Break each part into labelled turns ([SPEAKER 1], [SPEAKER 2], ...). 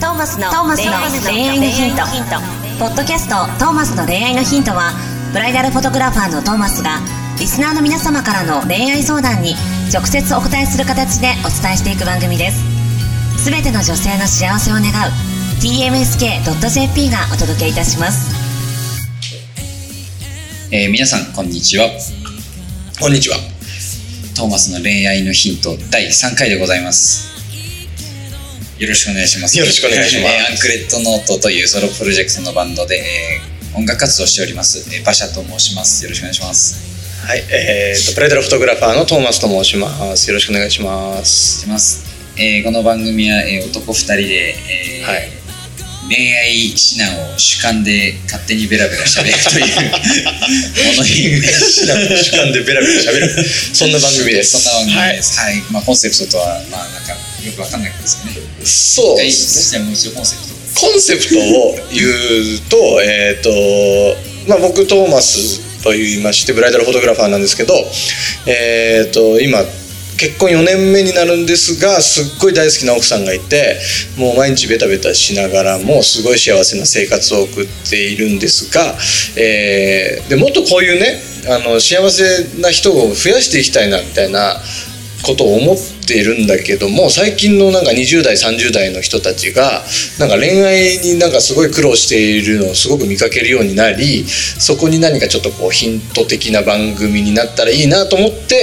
[SPEAKER 1] トーマスのトーマスの恋愛のヒントポッドキャスト「トーマスの恋愛のヒントは」ブライダルフォトグラファーのトーマスがリスナーの皆様からの恋愛相談に直接お答えする形でお伝えしていく番組ですすべての女性の幸せを願う tmsk.jp がお届けいたします
[SPEAKER 2] えー皆さんこんにちは
[SPEAKER 3] こんにちは。
[SPEAKER 2] トーマスの恋愛のヒント第3回でございますよろしくお願いします
[SPEAKER 3] よろしくお願いします
[SPEAKER 2] えーアンクレットノートというソロプロジェクトのバンドで、えー音楽活動をしております、えー、バシャと申しますよろしくお願いします
[SPEAKER 3] はい、えー、とプライドラフォトグラファーのトーマスと申します。よろしくお願いします。
[SPEAKER 2] してます、えーこの番組は、えー男2人で、えー
[SPEAKER 3] はい
[SPEAKER 2] 恋愛指南を主観で勝手にベラベラしゃべると いうものに
[SPEAKER 3] 主観でベラベラ喋る。そんな番組です。。
[SPEAKER 2] そんな番組ですす。はい。まあコンセプトとはまあなんかよくわかんないですけどね。
[SPEAKER 3] そう
[SPEAKER 2] 一回
[SPEAKER 3] で
[SPEAKER 2] 一
[SPEAKER 3] すね。
[SPEAKER 2] してもう一度コンセプト。
[SPEAKER 3] コンセプトを言うと、えっ、と、まあ僕トーマスと言いましてブライダルフォトグラファーなんですけど、えっ、と今。結婚4年目になるんですがすっごい大好きな奥さんがいてもう毎日ベタベタしながらもすごい幸せな生活を送っているんですが、えーでもっとこういうねあの幸せな人を増やしていきたいなみたいなことを思っているんだけども最近のなんか20代30代の人たちがなんか恋愛になんかすごい苦労しているのをすごく見かけるようになりそこに何かちょっとこうヒント的な番組になったらいいなと思って、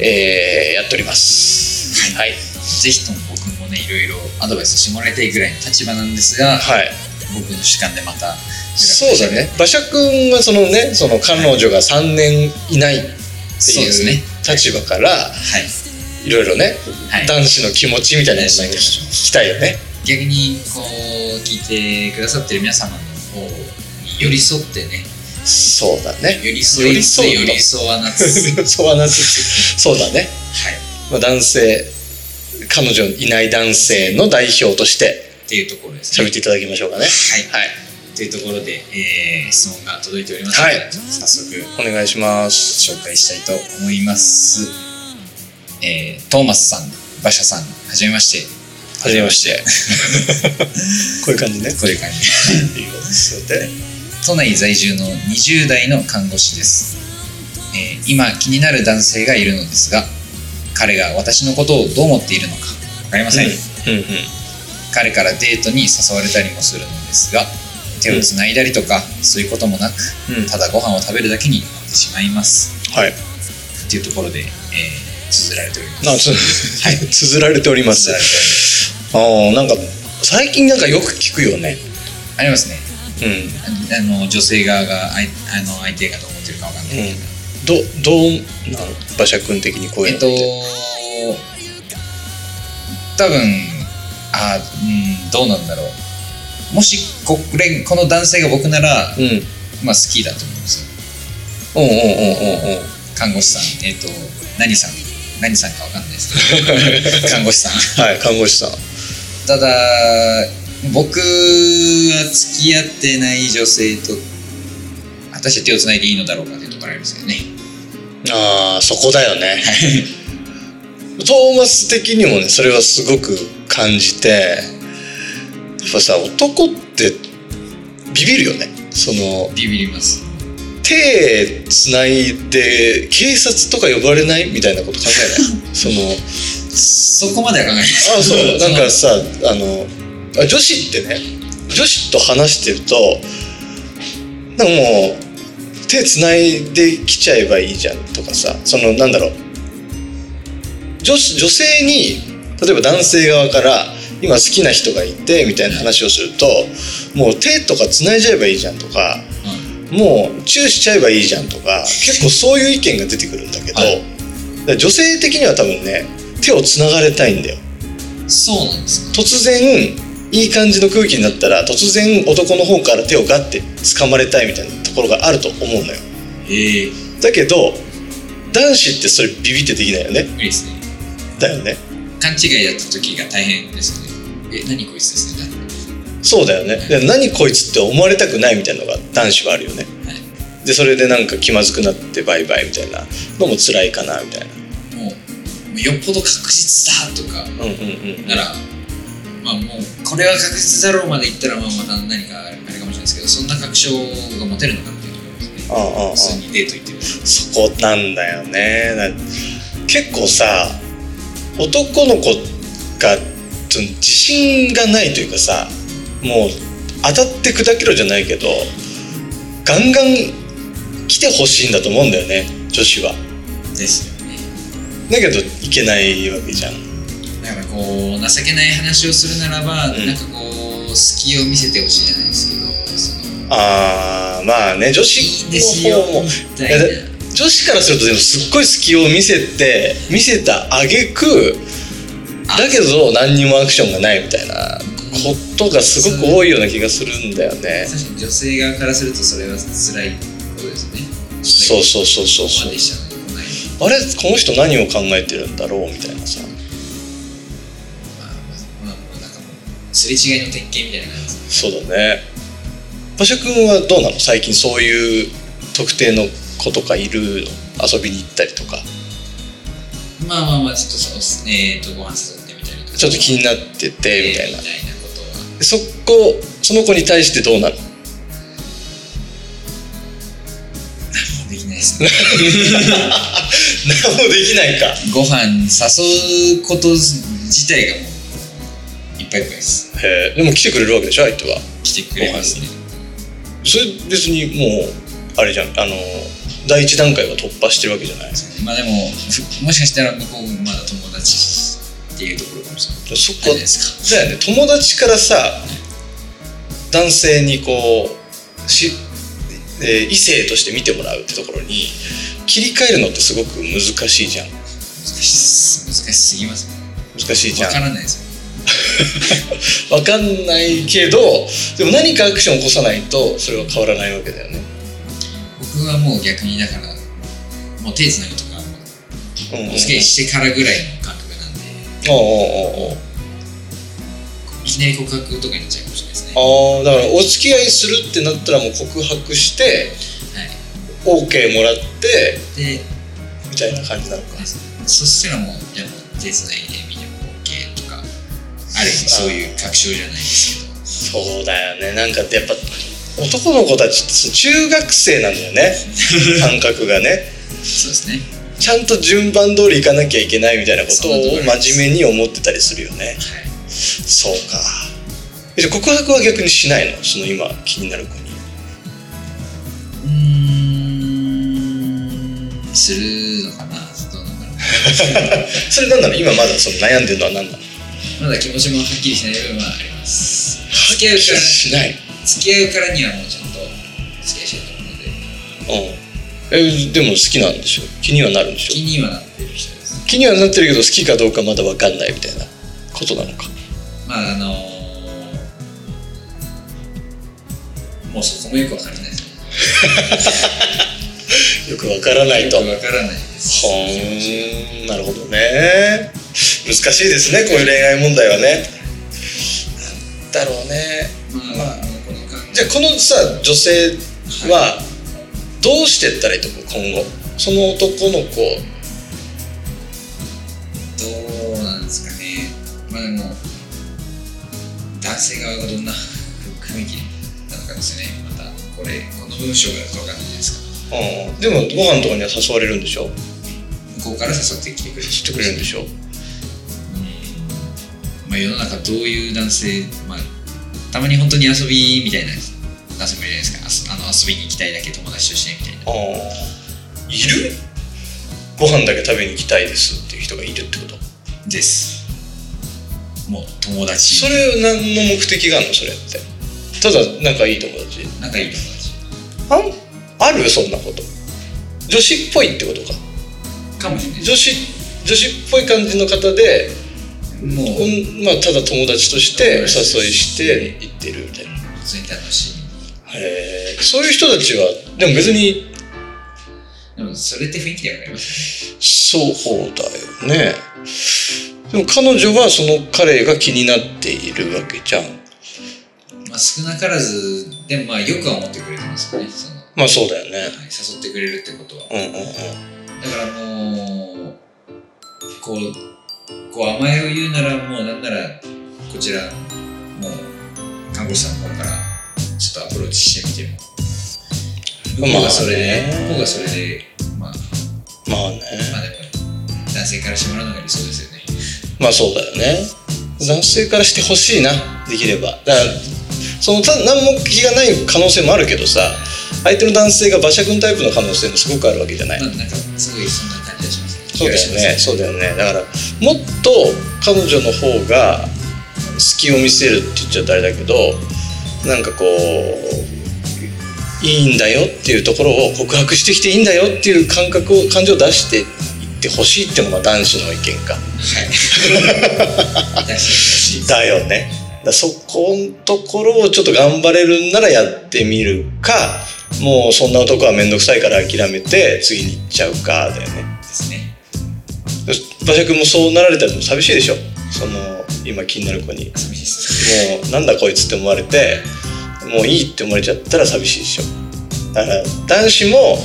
[SPEAKER 3] えーやっております。はい、
[SPEAKER 2] ぜひとも僕もねいろいろアドバイスしてもらいたいぐらいの立場なんですが、
[SPEAKER 3] はい
[SPEAKER 2] 僕の主観でまた。
[SPEAKER 3] そうだね。馬車君はそのねその彼女が3年いないって
[SPEAKER 2] そう
[SPEAKER 3] い
[SPEAKER 2] ですね
[SPEAKER 3] う立場から
[SPEAKER 2] はい。
[SPEAKER 3] いろいろね、
[SPEAKER 2] はい
[SPEAKER 3] 男子の気持ちみたいなのを聞きたいよね。
[SPEAKER 2] 逆にこう聞いてくださってる皆様の方に寄り添ってね、
[SPEAKER 3] そうだね。
[SPEAKER 2] 寄り添いつつ寄り添わなつつ、はい。
[SPEAKER 3] そう話すそうだね、まあ、男性彼女いない男性の代表として
[SPEAKER 2] っていうところですね。
[SPEAKER 3] 喋っていただきましょうかね
[SPEAKER 2] はい。
[SPEAKER 3] はい
[SPEAKER 2] というところで、えー質問が届いておりますので、
[SPEAKER 3] はい
[SPEAKER 2] 早速。
[SPEAKER 3] お願いします
[SPEAKER 2] 紹介したいと思います、えートーマスさん馬車さんはじめまして
[SPEAKER 3] はじめまして こういう感じね
[SPEAKER 2] こういう感じ
[SPEAKER 3] っていうことですよね
[SPEAKER 2] 都内在住の20代の看護師です、えー今気になる男性がいるのですが彼が私のことをどう思っているのか分かりません、
[SPEAKER 3] うんうんうん
[SPEAKER 2] 彼からデートに誘われたりもするのですが手をつないだりとか、そういうこともなく、
[SPEAKER 3] うん
[SPEAKER 2] ただご飯を食べるだけになってしまいます
[SPEAKER 3] はい
[SPEAKER 2] っていうところで、えー、綴られております
[SPEAKER 3] な つ綴られております
[SPEAKER 2] 綴られております
[SPEAKER 3] ああなんか最近なんかよく聞くよね
[SPEAKER 2] ありますね
[SPEAKER 3] うん
[SPEAKER 2] ああの女性側があいあの相手がどう思ってるかわかんない、
[SPEAKER 3] うんどどうなの馬車君的にこうい
[SPEAKER 2] え
[SPEAKER 3] うの
[SPEAKER 2] っ
[SPEAKER 3] って、
[SPEAKER 2] と多分あうんどうなんだろうもしこれこの男性が僕なら、
[SPEAKER 3] うん
[SPEAKER 2] まあ、好きだと思うんですよ
[SPEAKER 3] うんうんうんうんうん
[SPEAKER 2] 看護師さんえっと何さん何さんかわかんないですけ ど看護師さん
[SPEAKER 3] はい看護師さん
[SPEAKER 2] ただ僕は付き合ってない女性と果たして手をつないでいいのだろうかっていうところありますけどね
[SPEAKER 3] ああそこだよね トーマス的にもねそれはすごく感じてやっぱさ男ってビビるよねその
[SPEAKER 2] ビビります
[SPEAKER 3] 手つないで警察とか呼ばれないみたいなこと考えない その
[SPEAKER 2] そこまでは考えないです
[SPEAKER 3] あそうなんかさあのあ女子ってね女子と話してるとなんかもう手つないできちゃえばいいじゃんとかさそのなんだろう女子女性に例えば男性側から今好きな人がいてみたいな話をするともう手とかつないじゃえばいいじゃんとかもうチューしちゃえばいいじゃんとか結構そういう意見が出てくるんだけど、
[SPEAKER 2] はい
[SPEAKER 3] だから女性的には多分ね手をつながれたいんだよ。
[SPEAKER 2] うんそうなんですか
[SPEAKER 3] 突然いい感じの空気になったら突然男の方から手をガッて掴まれたいみたいなところがあると思うのよ
[SPEAKER 2] ええ
[SPEAKER 3] だけど男子ってそれビビってできないよね
[SPEAKER 2] 無理ですね
[SPEAKER 3] だよね
[SPEAKER 2] 勘違いやった時が大変ですよねえ何こいつですね
[SPEAKER 3] そうだよねで何こいつって思われたくないみたいなのが男子はあるよね
[SPEAKER 2] はい
[SPEAKER 3] でそれでなんか気まずくなってバイバイみたいなのも辛いかなみたいな
[SPEAKER 2] もうもうよっぽど確実だとか
[SPEAKER 3] うんうんうん
[SPEAKER 2] ならまあもうこれは確実だろうまでいったらまあまた何かあれかもしれないですけどそんな確証が持てるのかっていうところですね
[SPEAKER 3] ああああああ
[SPEAKER 2] 普通にデート行ってる
[SPEAKER 3] そこなんだよねだ結構さ男の子がその自信がないというかさもう当たって砕けろじゃないけどガンガン来てほしいんだと思うんだよね女子は
[SPEAKER 2] ですよね
[SPEAKER 3] だけどいけないわけじゃん
[SPEAKER 2] だからこう情けない話をするならば、
[SPEAKER 3] うん
[SPEAKER 2] なんかこう隙を見せてほしいじゃないですけどその
[SPEAKER 3] あーまあ
[SPEAKER 2] いいん
[SPEAKER 3] ね女
[SPEAKER 2] で
[SPEAKER 3] 子
[SPEAKER 2] す
[SPEAKER 3] の
[SPEAKER 2] よ
[SPEAKER 3] 方も
[SPEAKER 2] みたいな
[SPEAKER 3] やだ女子からするとでもすっごい隙を見せて見せた挙句
[SPEAKER 2] あ
[SPEAKER 3] だけど何にもアクションがないみたいなことがすごく多いような気がするんだよね
[SPEAKER 2] 確かに女性側からするとそれは辛いことですね
[SPEAKER 3] そうそうそうそう
[SPEAKER 2] ここ
[SPEAKER 3] そ
[SPEAKER 2] ま
[SPEAKER 3] う
[SPEAKER 2] でしたねこない
[SPEAKER 3] あれこの人何を考えてるんだろうみたいなさ
[SPEAKER 2] まあまあまあなんかもうすれ違いの典型みたいな感じです
[SPEAKER 3] そうだね馬車君はどうなの最近そういう特定の子とかいるの遊びに行ったりとか
[SPEAKER 2] まあまあまあちょっとそのえっ、とご飯誘ってみたりとか
[SPEAKER 3] ちょっと気になっててみた
[SPEAKER 2] え
[SPEAKER 3] い
[SPEAKER 2] ー
[SPEAKER 3] な
[SPEAKER 2] みたいなことは
[SPEAKER 3] そこその子に対してどうなの
[SPEAKER 2] できないですね
[SPEAKER 3] 何もできないか
[SPEAKER 2] ご飯誘うこと自体がもういっぱいいっぱいです
[SPEAKER 3] へえでも来てくれるわけでしょ相手は
[SPEAKER 2] 来てくれますね
[SPEAKER 3] それ別にもうあれじゃんあの第一段階は突破してるわけじゃない
[SPEAKER 2] まあでもふもしかしたら向こうもまだ友達っていうところかもしれない
[SPEAKER 3] そ
[SPEAKER 2] じゃ
[SPEAKER 3] こ
[SPEAKER 2] ないですか
[SPEAKER 3] だよね友達からさ男性にこうし、えー異性として見てもらうってところに切り替えるのってすごく難しいじゃん
[SPEAKER 2] 難しす難しすぎますね
[SPEAKER 3] 難しいじゃ
[SPEAKER 2] わ
[SPEAKER 3] ん
[SPEAKER 2] からないですよ
[SPEAKER 3] わかんないけどでも何かアクションを起こさないとそれは変わらないわけだよね
[SPEAKER 2] 僕はもう逆にだからもう手つなぐとかもう
[SPEAKER 3] うんうんうん
[SPEAKER 2] お付き合いしてからぐらいの感覚なんで
[SPEAKER 3] おうおうおうおう
[SPEAKER 2] いきなり告白とかになっちゃうかもしれないですね
[SPEAKER 3] ああだからお付き合いするってなったらもう告白して
[SPEAKER 2] はい
[SPEAKER 3] OK もらって
[SPEAKER 2] で
[SPEAKER 3] みたいな感じなのか
[SPEAKER 2] そしたらもうじゃあ手つないでみんなも OK とかある意味そういう確証じゃないですけど
[SPEAKER 3] そうだよねなんかやっぱ男の子たちってそう中学生なんだ よね感覚がね
[SPEAKER 2] そうですね
[SPEAKER 3] ちゃんと順番通り行かなきゃいけないみたいなこと
[SPEAKER 2] そんなところ
[SPEAKER 3] を
[SPEAKER 2] です
[SPEAKER 3] 真面目に思ってたりするよね
[SPEAKER 2] はい
[SPEAKER 3] そうかえじゃあ告白は逆にしないのその今気になる子に
[SPEAKER 2] うーんするのかなどうなのかな
[SPEAKER 3] それなんなの今まだその悩んでるのは何なの
[SPEAKER 2] まだ気持ちもはっきりしない部分はあります付き合うから
[SPEAKER 3] しない
[SPEAKER 2] 付き合うからにはもうちゃんと付き合いしようと思うので
[SPEAKER 3] うんえでも好きなんでしょ気にはなるんで
[SPEAKER 2] 気
[SPEAKER 3] しょ
[SPEAKER 2] にはなってる人です
[SPEAKER 3] 気にはなってるけど好きかどうかまだ分かんないみたいなことなのか
[SPEAKER 2] まああのもうそこもよくわからないですね
[SPEAKER 3] よく分からないと
[SPEAKER 2] よくわからないです
[SPEAKER 3] ほーんなるほどね難しいですねこういう恋愛問題はねなんだろうね
[SPEAKER 2] まあ、もうこの感
[SPEAKER 3] じ
[SPEAKER 2] じ
[SPEAKER 3] ゃあこのさ女性はどうしてったらいいと思う今後その男の子
[SPEAKER 2] どうなんですかねまあでも男性側がどんな 雰囲気なのかですねまたこれこの文章がどうかんないですか
[SPEAKER 3] うんでもご飯とかには誘われるんでしょ
[SPEAKER 2] 向こうから誘ってきてくれる
[SPEAKER 3] 知ってくれるんでしょ
[SPEAKER 2] うんまあ世の中どういう男性まあたまに本当に遊びみたいな男性もいるじゃないですかあそあの遊びに行きたいだけ友達としてみたいな
[SPEAKER 3] あーいるご飯だけ食べに行きたいですっていう人がいるってこと
[SPEAKER 2] ですもう友達
[SPEAKER 3] それ何の目的があるのそれってただ仲いい友達
[SPEAKER 2] 仲いい友達
[SPEAKER 3] あんあるそんなこと女子っぽいってことか
[SPEAKER 2] かもしれない
[SPEAKER 3] 女子女子っぽい感じの方で、
[SPEAKER 2] もう
[SPEAKER 3] うんまあ、ただ友達としてお誘いして行ってるみたいな
[SPEAKER 2] 普通に楽しい
[SPEAKER 3] へえそういう人たちはでも別に
[SPEAKER 2] でもそれって雰囲気でわかります
[SPEAKER 3] そうだよねでも彼女はその彼が気になっているわけじゃん
[SPEAKER 2] まあ少なからずでもまあよくは思ってくれてますよねその、は
[SPEAKER 3] まあそうだよね
[SPEAKER 2] い、誘ってくれるってことは
[SPEAKER 3] うんうんうん
[SPEAKER 2] だからもうこうこう甘えを言うならもうなんならこちらもう看護師さんの方からちょっとアプローチしてみても向こうがそれで、
[SPEAKER 3] まあね
[SPEAKER 2] 向こうがそれでまあ
[SPEAKER 3] まあね
[SPEAKER 2] まあでも男性からしてもらうのが理想ですよね
[SPEAKER 3] まあそうだよね男性からしてほしいなできればだからそのた何も気がない可能性もあるけどさ相手の男性が馬車君タイプの可能性もすごくあるわけじゃない
[SPEAKER 2] まあなんかすごいそんな感じがしますね
[SPEAKER 3] そうだよね
[SPEAKER 2] 気がします
[SPEAKER 3] そうだよねだからもっと彼女の方が隙を見せるって言っちゃったらあれだけどなんかこういいんだよっていうところを告白してきていいんだよっていう感覚を感情を出していってほしいっていうのが男子の意見か
[SPEAKER 2] はい確かにしい
[SPEAKER 3] だよねだそこのところをちょっと頑張れるんならやってみるかもうそんな男は面倒くさいから諦めて次に行っちゃうかだよね
[SPEAKER 2] ですね
[SPEAKER 3] 馬車君もそうなられたら寂しいでしょその今気になる子に
[SPEAKER 2] 寂しいです
[SPEAKER 3] もうなんだこいつって思われてもういいって思われちゃったら寂しいでしょだから男子も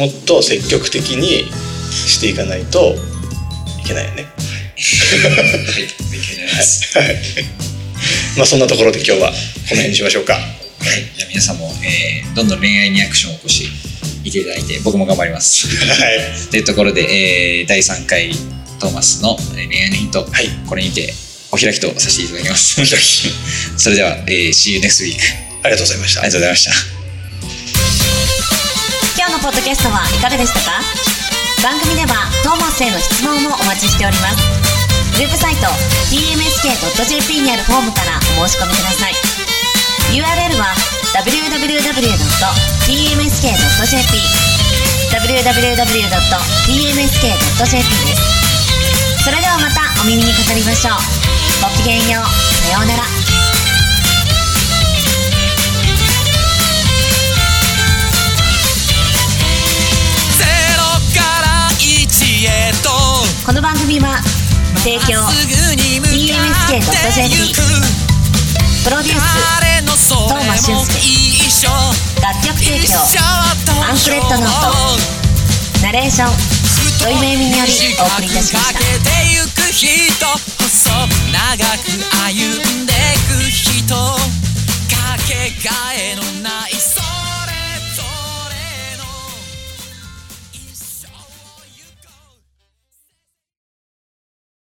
[SPEAKER 3] もっと積極的にしていかないといけないよね
[SPEAKER 2] はい勉強になります
[SPEAKER 3] まあそんなところで今日はこの辺にしましょうか
[SPEAKER 2] はい、じゃあ皆さんも、えーどんどん恋愛にアクションを起こしていていただいて僕も頑張ります
[SPEAKER 3] はい
[SPEAKER 2] というところで、えー第3回トーマスのえー恋愛のヒント、
[SPEAKER 3] はい
[SPEAKER 2] これにてお開きとさせていただきますお開き それでは、えー See you next week
[SPEAKER 3] ありがとうございました
[SPEAKER 2] ありがとうございました
[SPEAKER 1] 今日のポッドキャストはいかがでしたか番組ではトーマスへの質問もお待ちしておりますウェブサイト tmsk.jp にあるフォームからお申し込みください URL は www.tmsk.jp www.tmsk.jp ですそれではまたお耳にかかりましょうごきげんようさようなら
[SPEAKER 4] ゼロから一へと
[SPEAKER 1] この番組は提供
[SPEAKER 4] まっすぐに向かってゆく
[SPEAKER 1] プロデュース
[SPEAKER 4] 誰のそれ
[SPEAKER 1] 東間
[SPEAKER 4] も
[SPEAKER 1] 俊
[SPEAKER 4] 一緒
[SPEAKER 1] 楽曲提
[SPEAKER 4] 一
[SPEAKER 1] 供
[SPEAKER 4] 緒と
[SPEAKER 1] アンクレットノーナレーション土井めいみによりお送りいたしました
[SPEAKER 4] かけてゆく人細く長く歩んでく人